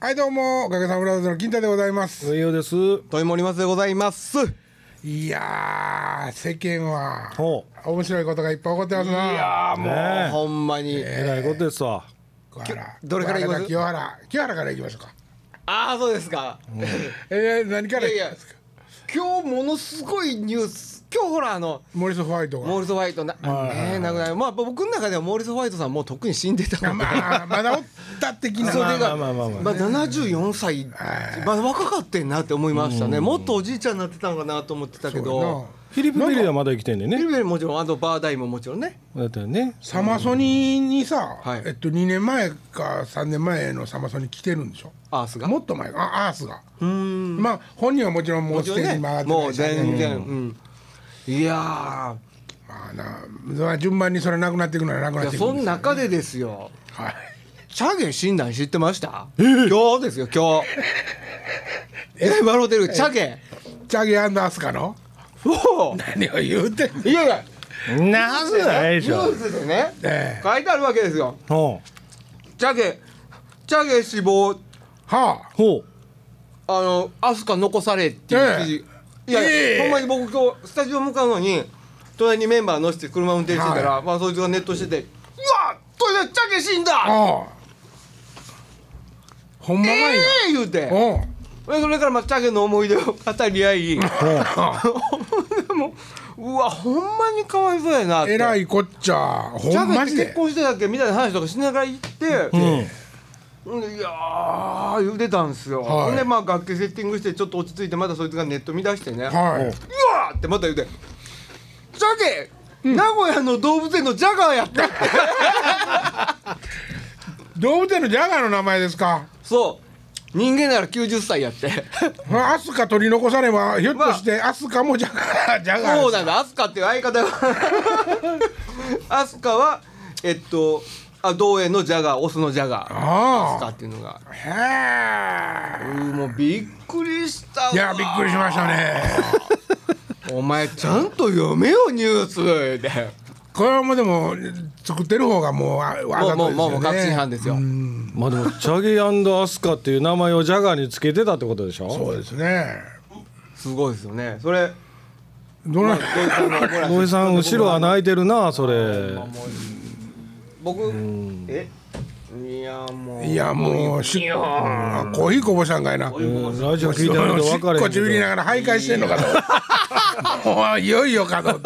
はいどうもおかげさまブラザーズの金太でございます栄養です。問い森松でございます。いやー世間はほ面白いことがいっぱい起こってますないやう。もうねほんまに。え。えらいことですわ。どれからいきます清原清原からいきましょうかああ、そうですか。えー、何かいらやいいきやますか、 今日ものすごいニュース。今日ほら、あの、モーリス・ホワイトモーがリス・ホワイトな、ね、亡くなる。まあ、僕の中ではモーリス・ホワイトさんもうとっくに死んでたので。まあ まだおった的なそまれが、まあまああまあまあ74歳、まあ、若かってんなって思いましたね。もっとおじいちゃんになってたのかなと思ってたけど。フィリップベリーはまだ生きてんねんビね。ルベルもちろん、あとバーダイももちろんね。だったよね。サマソニにさ、はいえっと2年前か3年前のサマソニ来てるんでしょアースが。もっと前かあアースがまあ本人はもちろんもうもスちろテんージねに回ってもなういしね全然。うん。いやまあなまあ順番にそれなくなっていくのはなくなー。いっや、ていくそんでのす中でですよ。はいチャゲ診断知ってました、今日ですよ今日え笑うてるチャゲチャゲアンダースカのおう何を言うてんねんいやいやなぜないでニしュょー。スでねええ書いてあるわけですよほう。チャゲチャゲ死亡はあほう。あのアスカ残されっていう記事、えいや、ええほんまに僕今日スタジオ向かうのに隣にメンバー乗せて車運転してたら、まあそいつがネットしてて「うわそれでチャゲ死んだ!ああほんま」えかいな、え言うてお うでそれからまあチャゲの思い出を語り合いはあでもうわほんまにかわいそうやなってえらいこっちゃほジャんガまってに結で婚してたっけみたいな話とかしながら行って、うん。ほんでいやー言うてたんですよ、はいほんでまあ楽器セッティングしてちょっと落ち着いてまたそいつがネット見出してね、うわはーってまた言うて「ジャゲ、名古屋の動物園のジャガーやった」ってい動物園のジャガーの名前ですかそう人間なら90歳やってまあアスカ取り残さればひょっとしてアスカもジャガージャガーそうですなんだアスカっていう相 方はアスカはえっとあ同園のジャガーオスのジャガーアスカあっていうのがあへうえーもうびっくりしたわいやびっくりしましたねお前ちゃんと読めよニュースでこれはもうでも作ってる方がもうわわざもうもとですよねうもう確信犯ですよまあでもチャゲアンドアスカっていう名前をジャガーにつけてたってことでしそょ。うですねすごいですよねそれどな、土井さんの ほら土井さん後ろは泣いてるなそれ。僕えいやもういやもうしあコーヒーこぼしたんかいなうんラジオ聞いてるおとし分っかれへこんちびりけながら徘徊してんのかともういよいよかと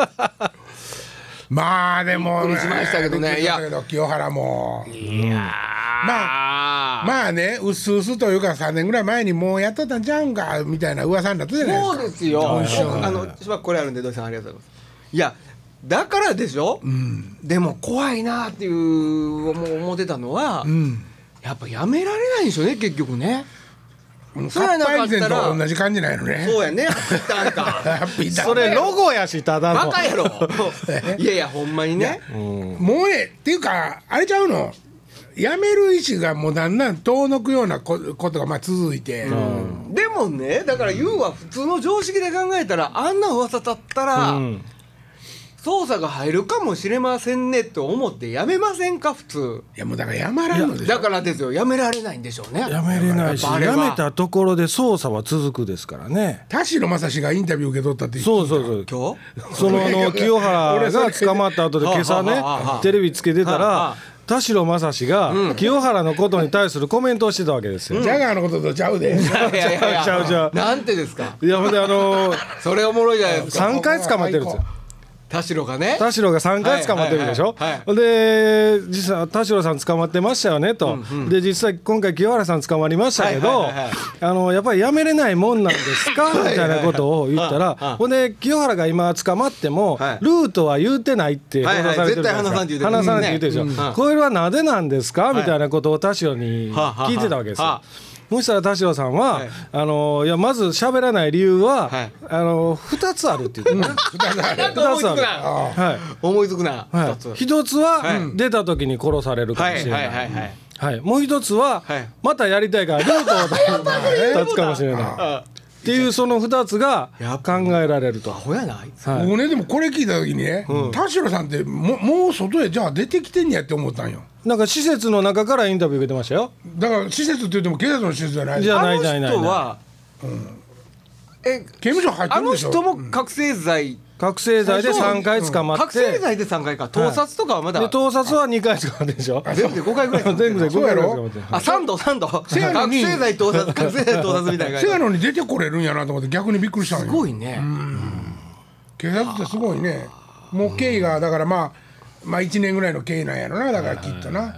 まあでもびっくりしましたけどびっねくりしましたけど清原もまああまあねうすうすというか3年ぐらい前にもうやっとったんちゃうんかみたいな噂になったじゃないですそかうですよあのしばらくこれあるんで土井さんありがとうございますいやだからでしょでも怖いなっていう思う思ってたのはんやっぱやめられないんでしょうね結局ねうんそうやなカッパ以前かったとら同じ感じないのねそうやねなんかハッピーだど。それロゴやしただ バの。カや ろいやいやほんまにねもうええっていうかあれちゃうのやめる意思がもうだんだん遠のくようなこことがまあ続いて、でもねだから言うは普通の常識で考えたらあんな噂だったら、うん。捜査が入るかもしれませんねと思ってやめませんか普通いやもうだからやまらんのでしょだからですよやめられないんでしょうねやめれないしやっぱあれはやめたところで捜査は続くですからね。田代正史がインタビュー受け取ったってそうそうそう。今日そのあの 清原が捕まった後で今朝はねあはあはあテレビつけてたはあはらあ田代正史が清原のことに対するコメントをしてたわけですよ。ジャガーのこととちゃう でいやいやい やちゃうちゃうなんてですかいやほんであのそれおもろいじゃないですか3回捕まってるんですよ。田代がね田代が3回捕まってるでしょ、はいはいで実際田代さん捕まってましたよねと、で実際今回清原さん捕まりましたけど、はいはいはいはいあのやっぱりやめれないもんなんですかみたいなことを言ったらああほんで清原が今捕まっても、はいルートは言うてないってはいは報道いされてるじゃ絶対話さんなっいてで言すうてかる話さないって言うてるでしょ、うんうんこれはなぜなんですか、みたいなことを田代にはあはあはあ聞いてたわけですよ。はあそしたら田代さんは、はいあのいやまず喋らない理由は、はいあの2つあるって言ってたねなんか思いつくなあはい思いつくなは二いつ一つははい出た時に殺されるかはもしいれはないい、はいはいはいもう一つははいまたやりたいからルートを立つかもしれないあっていうその2つがやっ考ぱえられるとア。ホやなあいつはい僕ねでもこれ聞いた時にね、田代さんってももう外へじゃあ出てきてんやって思ったんよなんか施設の中からインタビュー受けてましたよ。だから施設って言っても警察の施設じゃないじゃああないのないない人はえ刑務所入ってあるのでしょ人も覚醒剤覚醒剤で3回捕まって、覚醒剤で3回か盗撮とかはまだで盗撮は2回捕まってるでしょ。全部で5回ぐらい全部で5回そうやろ捕まってる。あ三度三度覚せやのに醒剤盗撮覚醒剤盗撮みたいなせや感のに出てこれるんやなと思って逆にびっくりしたんよじすごいね警察ってすごいねもう経緯がだからまあまあ1年ぐらいの経緯なんやろなだからきっとな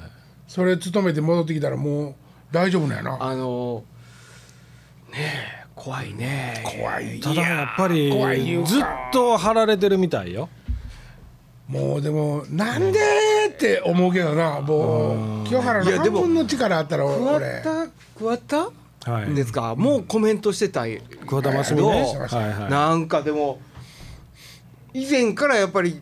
それ勤めて戻ってきたらもう大丈夫なんやなあのねえ怖いね怖いたいだややっぱり怖いよずっと張られてるみたいよ。もうでもなんでって思うけどなもう清原いのや半でも分の力あったら桑俺田桑田はいですかもうコメントしてた桑田真す澄ね。どうはいはなんかでも以前からやっぱり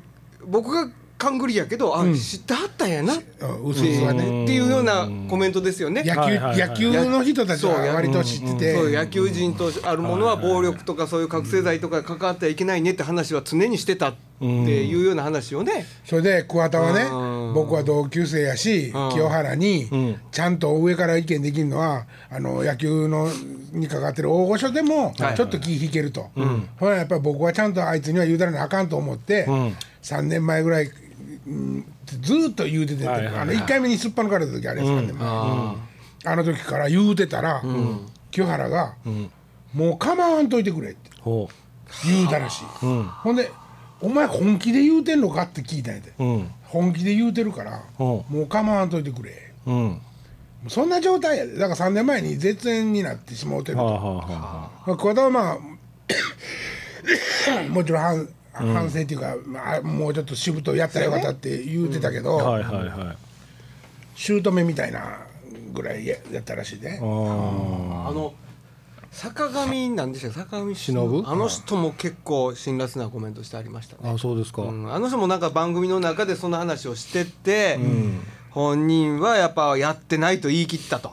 僕が勘ぐりやけどあ知ってはったんやなってうんうすうすはねっていうようなコメントですよね。野はい球はいはい野球の人たちは割と知ってそうて野球人とあるものは暴力とかそういう覚醒剤とか関わってはいけないねって話は常にしてたっていうような話をね、それで桑田はねうん僕は同級生やしうん清原にんちゃんと上から意見できるのはあの野球のに関わってる大御所でもはいちょっと気引けるとほらやっぱり僕はちゃんとあいつには言うたらなあかんと思ってん3年前ぐらいうんずーっと言うててはいはいはいあの1回目にすっぱ抜かれた時あれ3年前。あの時から言うてたら、清原が、もう構わんといてくれ」ってい。ほ言うたらしい、ほんで「お前本気で言うてんのか?」って聞いたんやて、う。うん。本気で言うてるから、ほもう構わんといてくれう。うん。はそんな状態やでだから3年前に絶縁になってしまうてるあと、はあはあはまあ 桑田はまあもちろん反反省っていうか、まあもうちょっとしぶとやったらよかったって言うてたけど、あ。はいはいはい。姑みたいなぐらいややったらしいで、あーあの坂上なんでしたっけ坂上忍あの人も結構辛辣なコメントしてありましたね。あそうですか。うんあの人もなんか番組の中でその話をしてて、本人はやっぱやってないと言い切ったと、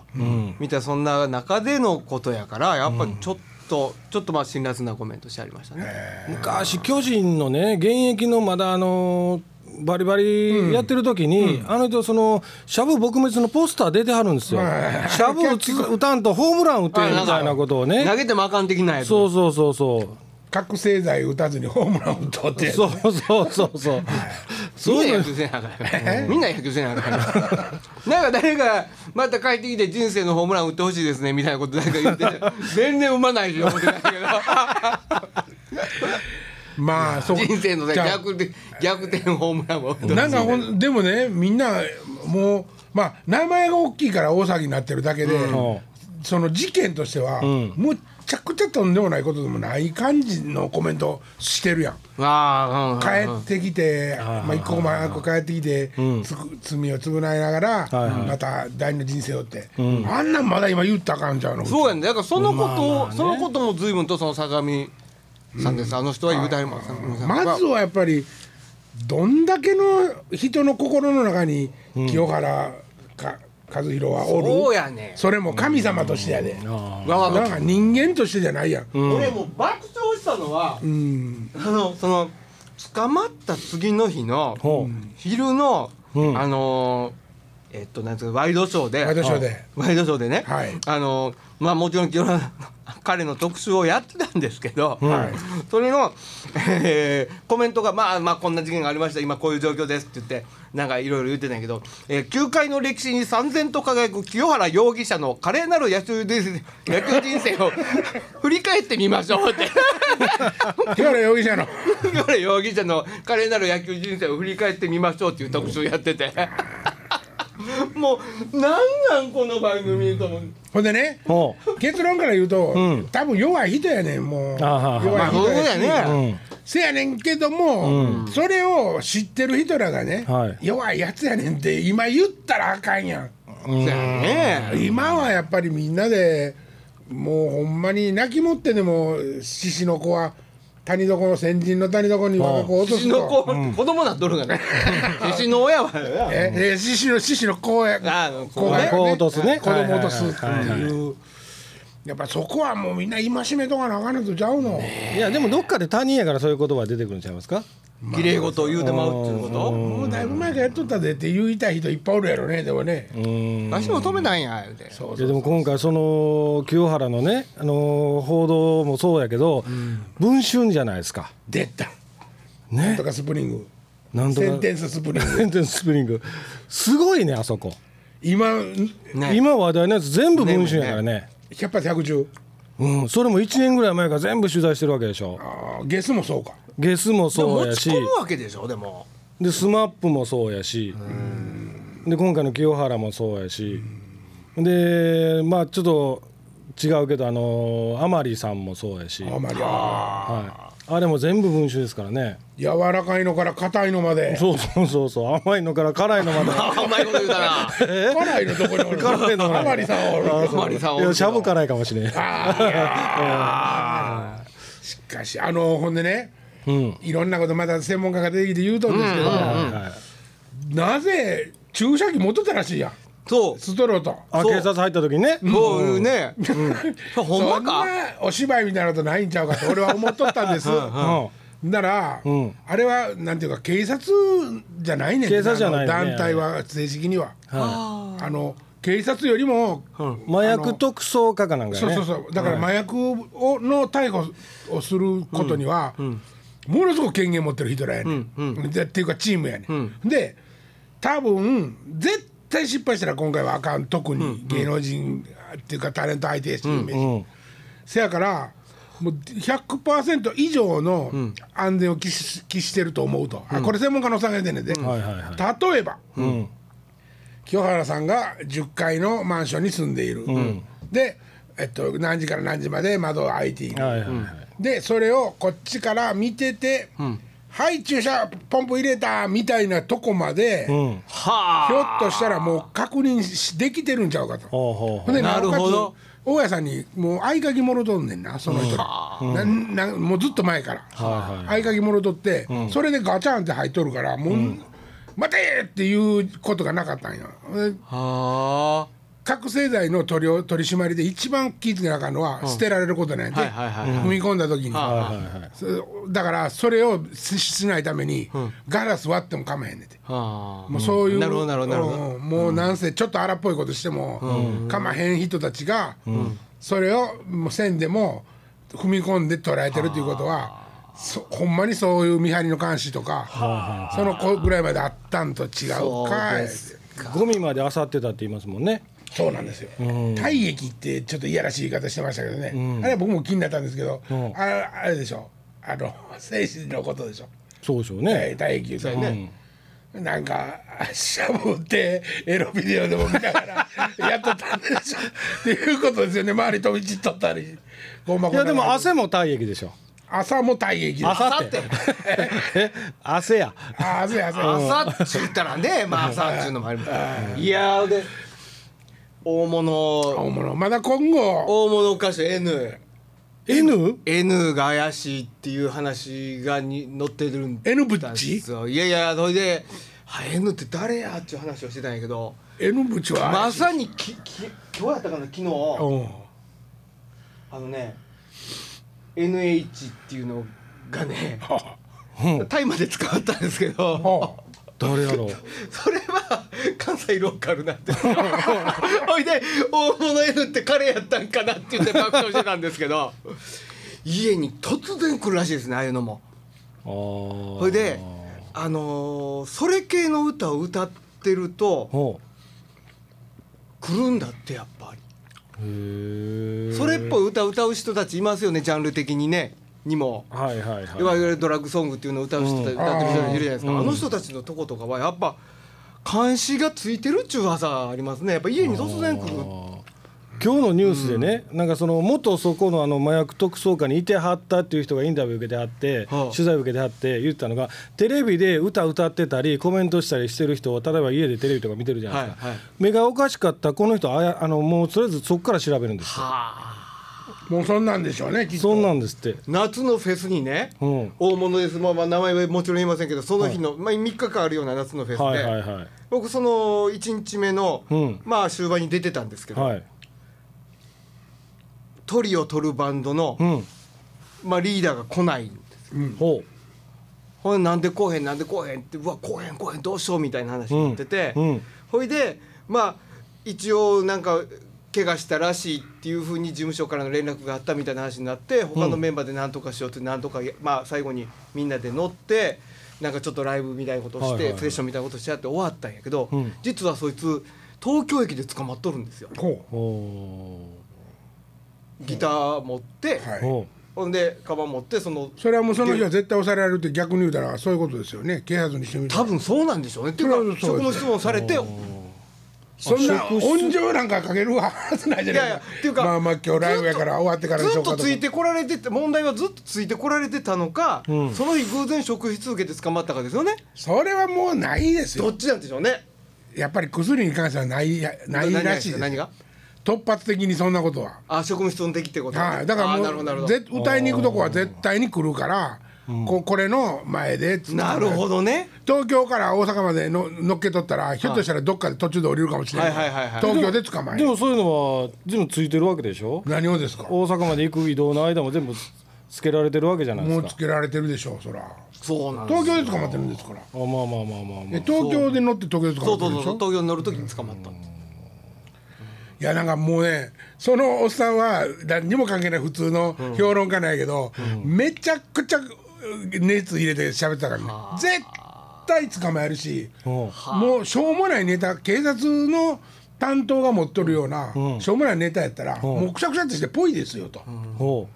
みたいなそんな中でのことやからやっぱちょっと、ちょっとまあ辛辣なコメントしてありましたね。昔巨人のね現役のまだあのバリバリやってる時に、あの人そのシャブ撲滅のポスター出てはるんですよ。はいシャブ打つ打たんとホームラン打てるみたいなことを投ね。げてもあかん的なやつそうそうそうそう。覚醒剤打たずにホームラン打とうってそうそうそうそう。そうみんいなう野の球せなあかんやんみんな野球せな あかんやんなんか誰がまた帰ってきて人生のホームラン打ってほしいですねみたいなことなんか言って全然生まないし思ってない けどまあそう人生のねじゃあ逆転逆転ホームランを打ってほしいなんかほんでもねみんなもうまあ名前が大きいから大騒ぎになってるだけで、うんその事件としては、むっちゃくちゃとんでもないことでもない感じのコメントしてるやんあ帰ってきて、まあ、一刻も早く帰ってきて、つく罪を償いながら、また第二の人生をって、あんなんまだ今言ったらあかんちゃうのそうやねだからそのことを、そのことも随分とその坂上さんです、あの人は言うたりもまずはやっぱりどんだけの人の心の中に清原か和弘はおるそうやねそれも神様としてやで、わわなんか人間としてじゃないやん、俺もう爆笑したのは、あのその捕まった次の日のほ昼の、うんあのーえっとなんつうかワイドショーでワイドショーで ワイドショーでね、はいあのーまあもちろん 清原の彼の特集をやってたんですけど、はいそれの、えーコメントが、まあ、まあこんな事件がありました今こういう状況ですって言ってなんかいろいろ言ってたんやけど、えー球界の歴史に三千と輝く清原容疑者の華麗なる野球人生野球人生を 振り返ってみましょうって。清原容疑者の 清原容疑者の華麗なる野球人生を振り返ってみましょうっていう特集やってて もうなんなんこの番組と思うほんでねほう。結論から言うと、ん多分弱い人やねんもうあはは弱い人やし、まあそうだよねせやねんけども、それを知ってる人らがね、はい弱いやつやねんって今言ったらあかんやんそうやね今はやっぱりみんなでもうほんまに泣きもってでも獅子の子は谷底の先人の谷底に我が子を落とす獅子のと子、子供なっとるがね獅子の親はええ獅子の獅子の子やあの子が子を落とすね子供を落とすってはいはいいうやっぱそこはもうみんな戒めとかなあかんのとちゃうの、いやでもどっかで他人やからそういう言葉出てくるんちゃいますか綺麗事を言うてまうっていうこもうだいぶ前からやっとったでって言いたい人いっぱいおるやろねでもね、と足も止めないんや言うてそういやでも今回その清原のね、あのー報道もそうやけど、文春じゃないですか出たなんねとかスプリングなんとかセンテンススプリングセンテンススプリングすごいねあそこ、今ね今話題のやつ全部文春やからね100発110うん、それも1年ぐらい前から全部取材してるわけでしょあーゲスもそうかゲスもでもそう持やちし込むわけでしょでも でスマップもそうやしで今回の清原もそうやしでまあちょっと違うけどあのー、アマリさんもそうやし、あはい、まりああれも全部文春ですからね柔らかいのから硬いのまでそうそうそうそう甘いのから辛いのまであうまいこと言うたな辛いのとこにおる辛いのあまりさんおるあまりさいんおるやけシャブど辛いかもしれんあーいやーしかしあのほんでね、いろんなことまだ専門家が出てきて言うとんですけど、はいなぜ注射器持っとったらしいやんそうストローと。あそう警察入った時にねそういうねそうほんまそんかなお芝居みたいなことないんちゃうかと俺は思っとったんですうんなら、んあれはなんていうか警察じゃないねん警察じゃないねあの団体は正式には、あの警察よりも、麻薬特捜課かなんかやそうねそうそうだから麻薬をの逮捕をすることには、ものすごく権限持ってる人らやね、んでっていうかチームやね、んで多分絶対失敗したら今回はあかん特に芸能人っていうかタレント相手やし、イメージうんせやからもう100%以上の安全を期し期してると思うと、あこれ専門家のおっさんが言ってんねんで、はいはい例えば、清原さんが10階のマンションに住んでいる、で、えっと、何時から何時まで窓を開いている、はいはいはいでそれをこっちから見てて「はい注射ポンプ入れた」みたいなとこまで、うんはあひょっとしたらもう確認しできてるんちゃうかと。ほうほうほうほんでなるほどおかつ大家さんにもう合鍵もろとんねんなその人ら、ななもうずっと前から、はいはい合鍵もろとって、それでガチャンって入っとるからもう、待てーっていうことがなかったんよでは覚醒剤の取りを取り締まりで一番気ぃ付けなあかんのは、捨てられることなんやで、はいはいはい踏み込んだ時に、はいはいはいそだからそれをししないために、ガラス割っても構えへんねんて。あはあもうそういう、なるほどなるほどなるほどうんもうなんせちょっと荒っぽいことしても、かまへん人たちが、それをもう線でも踏み込んで捉えてるということはそほんまにそういう見張りの監視とかその子ぐらいまであったんと違うかいそゴミまで漁ってたって言いますもんねそうなんですよ、体液ってちょっといやらしい言い方してましたけどね、あれは僕も気になったんですけど、んああれでしょあの精神のことでしょそうでしょうね体液言うとねね、なんかしゃぶってエロビデオでも見なが らやっとったんでしょっていうことですよね周り飛び散っとったりごまいごまやでも汗も体液でしょ朝も体液です朝ってえ汗やあ汗汗朝って言ったらね、 まあ朝っていうのもある。いやーで、大物、大物まだ今後大物歌手 N、 N? N が怪しいっていう話がに載ってるん N ぶっちですよ。いやいや、それで、は N って誰やっていう話をしてたんやけど、 N ぶちはまさにきき今日やったかな昨日、うんあのね、NH っていうのがね、はタイまで使わったんですけあど。は誰やろうそれは関西ローカルなんですよ ほいで大物 N って彼やったんかなって言って爆笑してたんですけど家に突然来るらしいですねああいうのもほほいであのーそれ系の歌を歌ってるとほ来るんだってやっぱうへえりそれっぽい歌を歌う人たちいますよねジャンル的にねにも。はいはいはいいわゆるドラッグソングっていうのを歌う人た、ん歌ってる人いるじゃないですか、あの人たちのとことかはやっぱ監視がついてるっちゅう技ありますねやっぱ家に突然来る今日のニュースでね、なんかその元そこのあの麻薬特捜課にいてはったっていう人がインタビュー受けてはって、はあ取材受けてはって言ってたのがテレビで歌歌ってたりコメントしたりしてる人を例えば家でテレビとか見てるじゃないですか、はいはい目がおかしかったこの人あやあのもうとりあえずそこから調べるんですよあもうそんなんでしょうねきっそんとなんですって夏のフェスにね、うん大物です、まあ、まあ名前はもちろん言いませんけどその日の、まあ、3日間あるような夏のフェスで、はいはいはい僕その1日目の、うんまあ終盤に出てたんですけど、はいトリを取るバンドの、うんまあ、リーダーが来ないほほいでなんでこうへんなんでこうへんってうわこうへんこうへんどうしようみたいな話になってて、うんうんほいでまあ一応なんか怪我したらしいっていうふうに事務所からの連絡があったみたいな話になって他のメンバーで何とかしようって何とか、まあ、最後にみんなで乗ってなんかちょっとライブみたいなことをしはて、いはいはいセッションみたいなことしてやって終わったんやけど、うん実はそいつ東京駅で捕まっとるんですよほうほギター持って、うはういほほんでカバン持ってそのそれはもうその日は絶対押さえられるって逆に言うたらそういうことですよね警察にしてみたら多分そうなんでしょうねっていうそれはそかう職です務質問されてそんな温情なんかかけるわずないじゃないいやいかやっていうかまあまあ今日ライブやから終わってからにしずよっうかととついてこられてて問題はずっとついてこられてたのか、うんその日偶然食費続けて捕まったかですよねそれはもうないですどよっちなんでしょうねやっぱり薬に関してはないやない何がらしいです何が突発的にそんなことはあ職務質問できってことはい、だからあーなるほどなるもほうぜど歌いに行くとこは絶対に来るから、ここれの前でっつってなるほどね東京から大阪までの乗っけとったらひょっとしたらどっかで途中で降りるかもしれない,、はいはいはいはい東京で捕まうえでるもそういうのは全部ついてるわけでしょ何をですかも大阪まで行く移動の間も全部つつけられてるわけじゃないですうかつけられてるでしょうそらそうなんです東京で捕まってるんですからあまあまあまあまあまえあ東京で乗って東京でそ捕まってうそうるそでうしょ東京に乗る時に捕まったんですいやなんかもうねそのおっさんは何にも関係ない普通の評論家なんやけど、めちゃくちゃ熱入れて喋ってたからね絶対捕まえるしほうもうしょうもないネタ警察の担当が持っとるような、しょうもないネタやったら、もうくしゃくしゃってしてぽいですよと、ほ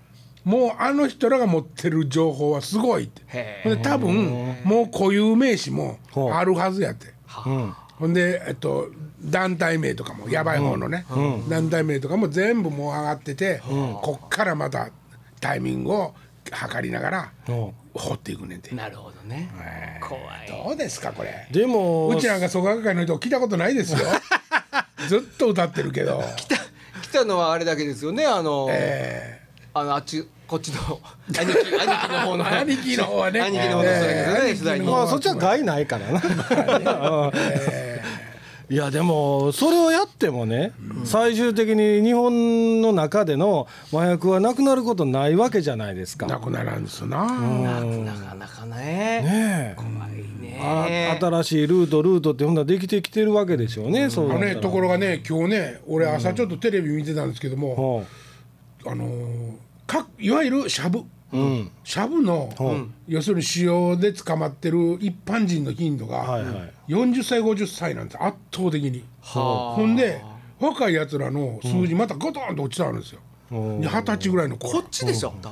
もうあの人らが持ってる情報はすごいってへほんで多分もう固有名詞もほうあるはずやって。ううんほんで、えっと、団体名とかもやばい方のね、団体名とかも全部もう上がってて、こっからまたタイミングを測りながらほ掘っていくねんてなるほどね怖いどうですかこれうでもうちなんか創学会の人聞いたことない ですよずっと歌ってるけど来たのはあれだけですよねあの、えあのあっちこっちの 兄貴兄貴の方のー 兄貴の方はね兄貴の方の人だけどねえー取材にまあそっちは害ないからな。 いやでもそれをやってもね、最終的に日本の中での麻薬はなくなることないわけじゃないですか。なくならんですな、ななかなかねね怖いえ、あね新しいルートルートってほんならできてきてるわけですよね。そうあのなったらねところがね今日ね俺朝ちょっとテレビ見てたんですけども、ほあのーかいわゆるしゃぶ、しゃぶの、うん要するに使用で捕まってる一般人の頻度うはがいはい。 40歳50歳なんです圧倒的に。はあほんで若いやつらの数字またゴトンと落ちたんですよ。ほうで二十歳ぐらいのこ子っちでしょ多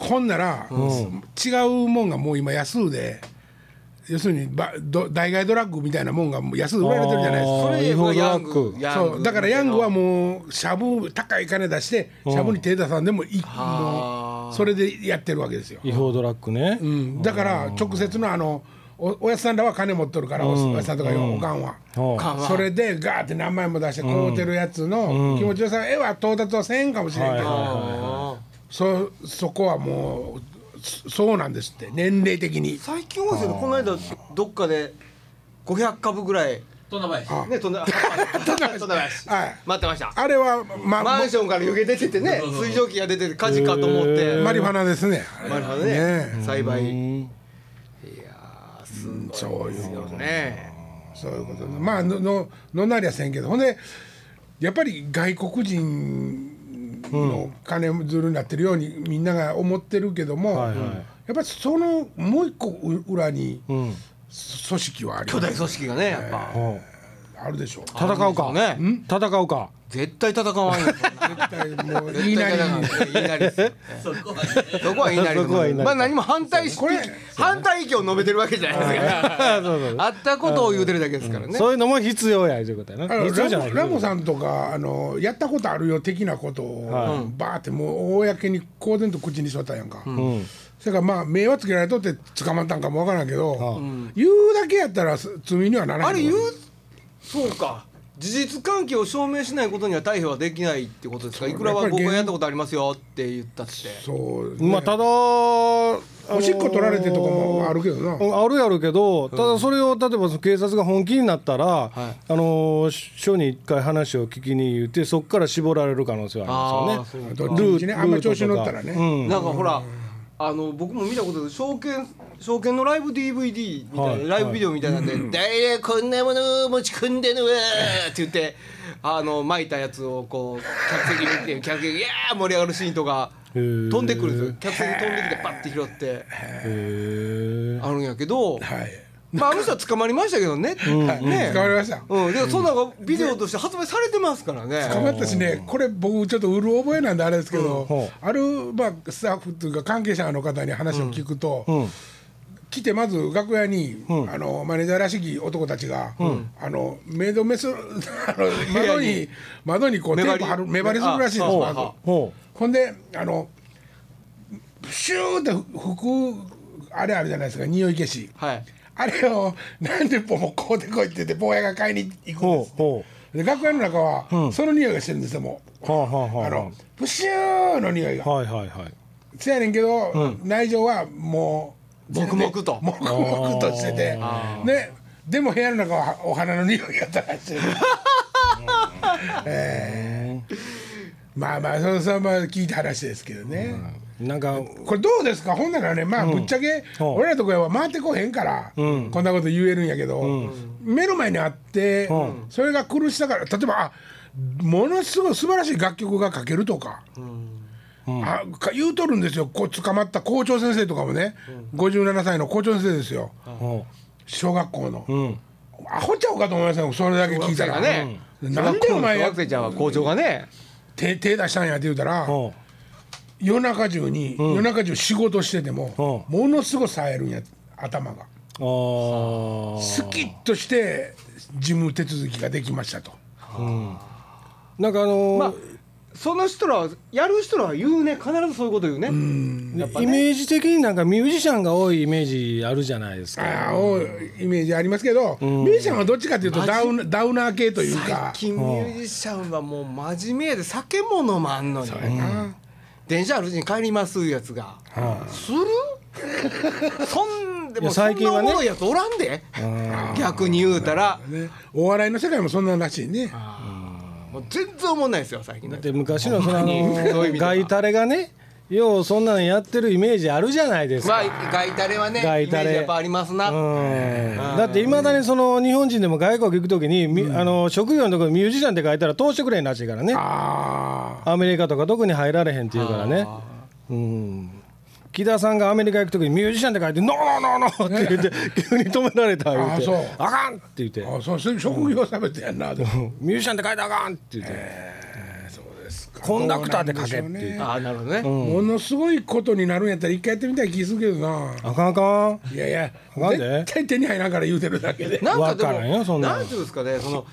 分ほんなら、違うもんがもう今安うで要するにばど代替ドラッグみたいなもんがもう安う売られてるじゃないですか。あーそれ違法ドヤラッンググヤングそうだからヤングはもうしゃぶ高い金出してしゃぶに手出さんでもいもうそれでやってるわけですよ、違法ドラッグね。うん、だから直接のあのおおやつさんらは金持っとるから、おおやつさんとかよ、おかんは。ほうかんはそれでガーって何枚も出して買うてるやつの気持ちよさ、絵は到達はせんかもしれんけど、はいあそそこはもうそそうなんですって年齢的にー最近多いですよねこの間どっかで500株ぐらいトンナバイス ねとんだとんだとんだはい待ってましたあれは、まマンションから湯気出ててね水蒸気が出てて火事かと思っへてマリファナですねあれマリファナねね栽培いうんやーすごいですそういうよねそういうことでまあのののんなりはせんけどほんでやっぱり外国人の金づるになってるようにみんなが思ってるけども、はいはいやっぱりそのもう一個う裏にうん。組織はあり巨大組織がねやっぱほうあるでしょう。戦うか。ね戦うか。絶対戦わんよ絶対もう言絶いな対り戦わんに言いなりですよそこはねそこは言いなりそこは言いなりまあ何も反対しこれ反対意見を述べてるわけじゃないですからそうそうあったことを言うてるだけですからね。そういうのも必要やということやあな。の必要じゃラないモラモさんとかあのやったことあるよ的なことを、バーってもう公に公然と口にしとったやんか、うん。それからまあ迷惑つけられとって捕まったんかもわからんけど、言うだけやったらす罪にはならあないれ言うそうか事実関係を証明しないことには逮捕はできないってことですかいくらはやっぱ僕りが現やったことありますよって言ったってそう、ね、まあただおおしっこ取られてとかもあるけどなあるやるけどただそれを例えば警察が本気になったら、あの署に一回話を聞きに言ってそこから絞られる可能性はありますよね。どっちみちねあんまり調子に乗ったらね、うんなんかほらあの僕も見たことある証券証券のライブ DVD みたいな、はいライブビデオみたいなんで「誰、だこんなもの持ち込んでるわ」って言ってあの巻いたやつをこう客席に 見て客席「いやー!」盛り上がるシーンとかへー飛んでくるんですよ客席飛んできてパッて拾ってへえあるんやけど、はいまあ、あの人は捕まりましたけどね。ね捕まりましたうん、でもそんなのがビデオとして発売されてますからね。捕まったしねこれ僕ちょっとうる覚えなんであれですけど、ほうある、まあ、スタッフというか関係者の方に話を聞くと、うん来てまず楽屋に、あのマネージャーらしき男たちが、あのメイドメ スあの窓に窓にこう目テ張ーりプ貼る目張りするらしいんですあまあずあほほんであのシューって服あれあるじゃないですか匂い消しはい。あれをなんでもうこうでこいって言って坊やが買いに行くんでうほすうほで楽屋の中は、その匂いがしてるんですよもううはあはあはあのプシューの匂いがあはいはいはいせやねんけど、内情はもう黙々と黙々としててねでも部屋の中はお花の匂いがたら してるえーまあまあそのそのまま聞いた話ですけどね、なんかこれどうですかほんならねまあぶっちゃけ、うん俺らのとこやは回ってこへんから、こんなこと言えるんやけど、目の前にあって、それが苦しさから例えばあものすごい素晴らしい楽曲が書けるとか。あか言うとるんですよこう捕まった校長先生とかもね、57歳の校長先生ですよほ小学校の、ううんアホちゃうかと思いましたよそれだけ聞いたら、ね。なんでお前小や学生ちゃんは校長がね。手手出したんやって言うたら、ほ夜中中に、夜中中仕事してても、うものすごい冴えるんや頭がうあスキッとして事務手続きができましたとあなんかあのまあその人らはやる人らは言うね必ずそういうこと言うね。イメージ的になんかミュージシャンが多いイメージあるじゃないですか。ああおイメージありますけど、ミュージシャンはどっちかというとダウンダウナー系というか最近ミュージシャンはもう真面目で酒も飲まんのに、電車あるうちに帰りますいうやつが、するそんでいもやそ最んな近はおねもろいやつおらんで逆に言うたらね、お笑いの世界もそんなんらしいねもう全然おもんないですよ最近ねで昔のそのあほんまにそういう意の味ではガイタレがねようそんなんやってるイメージあるじゃないですまか。あガイタレはねガイタレイメージやっぱありますな、うんだっていまだにその日本人でも外国行くときに、みあの職業のところにミュージシャンって書いたら通してくれんらしいからねあアメリカとか特に入られへんって言うからね、うん、木田さんがアメリカ行くときにミュージシャンって書いて「ノーノーノー」って言って急に止められた言あーそうて「あかん!」って言ってーあそうそういう職業差別やんなでも「ミュージシャンって書いてあかん!」って言ってそうですか「コンダクターって書け」っどうなんてでしょう言ってねああなるほどね、ものすごいことになるんやったら一回やってみたい気するけどなあかんあかんいやいやなんで絶対手に入らんから言うてるだけでなんかでわからんよそもんなのなんていうんですかねその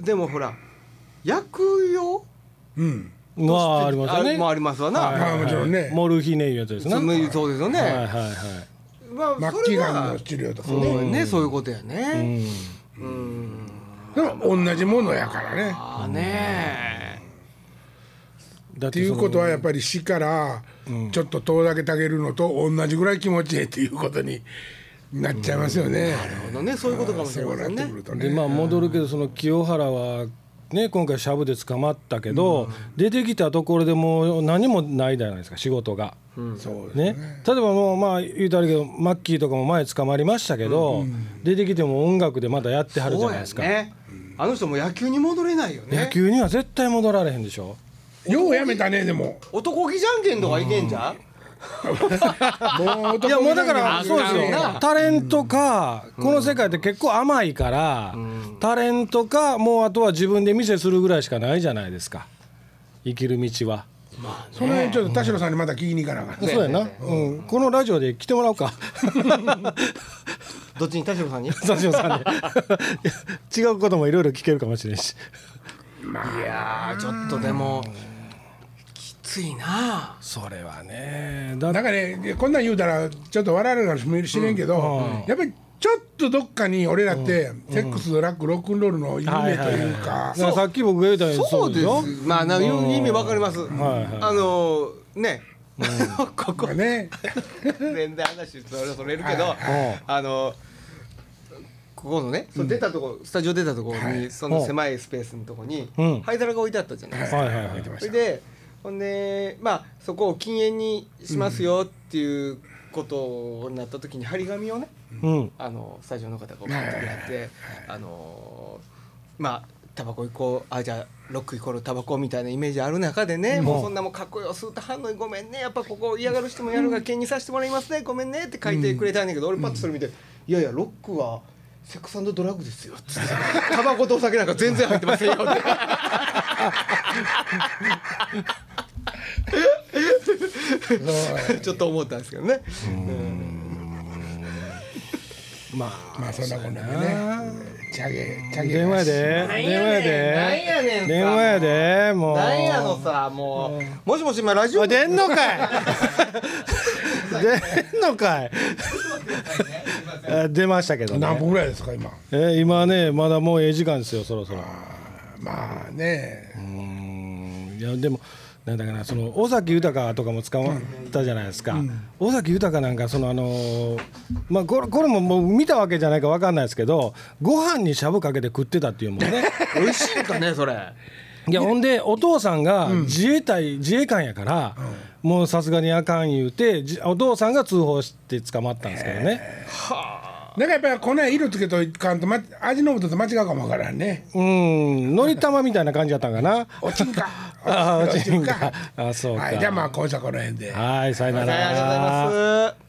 でもほら薬用うんまあありますよねもありますわな、いまあもちろんねモルヒネいうやつですねそはのいそうですよね、はいはいま末あそ期れはがんの治療とかそうねやね、そういうことやね。でも同じものやからねっああねだってていそうのことはやっぱり死からちょっと遠ざけてあげるのと同じぐらい気持ちええっていうことになっちゃいますよねえ。なるほどね、そういうことかもしれそうなまっせんてねく。るとでねまあ戻るけどその清原はね今回しゃぶで捕まったけど、出てきたところでもう何もないじゃないですか仕事が。そうですね、例えばもうまあ言うとあるけどマッキーとかも前捕まりましたけど、出てきても音楽でまだやってはるじゃそうないやですか、ね。あの人も野球に戻れないよね。野球には絶対戻られへんでしょようやめたねでも男気じゃんけんとかいけんじゃん。もういや男にもうなだかるらなそうですよなタレントか、この世界って結構甘いから、タレントかもうあとは自分で店するぐらいしかないじゃないですか生きる道は。その辺ちょっと田代さんにまた聞きに行かなあかんねそうやな、うん、このラジオで来てもらおう かどっちに田代さんに。い田代さんでいや違うこともいろいろ聞けるかもしれんしやー、ちょっとでも。きついな。それはねだなんかねこんなん言うたらちょっと笑われるかもしれんけど、やっぱりちょっとどっかに俺らって、セックスドラッグロックンロールの夢というか、だからさっき僕が言ったようにそうですよまあな意味わかります、はいはいあのね、 ここね全然話それそれるけど、はいあのここのね、その出たとこ、スタジオ出たところに、その狭いスペースのとこに、うん灰皿が置いてあったじゃないですか。はいはいは言っいてまそしれたでほんでまあそこを禁煙にしますよっていうことになった時に張り紙をねうんあのスタジオの方が送ってくれてあのまあタバコ行こうあじゃあロックイコールタバコみたいなイメージある中でね、もうそんなもんかっこよすうた反応ごめんねやっぱここ嫌がる人もやるから禁煙にさせてもらいますねごめんねって書いてくれたんだけど、俺パッとそれ見て、いやいやロックはセックスドラッグですよつってタバコとお酒なんか全然入ってません よって ちょっと思ったんですけどね。ままあそんなこんなであねチャゲチャゲ電話やでなん電話ややねんなんやねんさで電話やでもうなんやのさもうもしもし今ラジオあ出んのかい 出んのかいあ出ましたけど何ね分ぐらいですか今えー今ねまだもうええ時間ですよそろそろまあねうーんいやでもなんだかなその尾崎豊とかも使わったじゃないですか、尾崎豊なんかそのあのーまあこれこれももう見たわけじゃないかわかんないですけどご飯にしゃぶかけて食ってたっていうもんね美味しいかねそれいやほんでお父さんが自衛隊、自衛官やから、もうさすがにあかん言うてじお父さんが通報して捕まったんですけどねなんかやっぱり粉色つけといかんと、ま、味の素と間違うかもわからんねうんのり玉みたいな感じやったんかなおち んかあーおちんかあそうかはいじゃあまあ今週はこの辺ではいさよならはいありがとうございます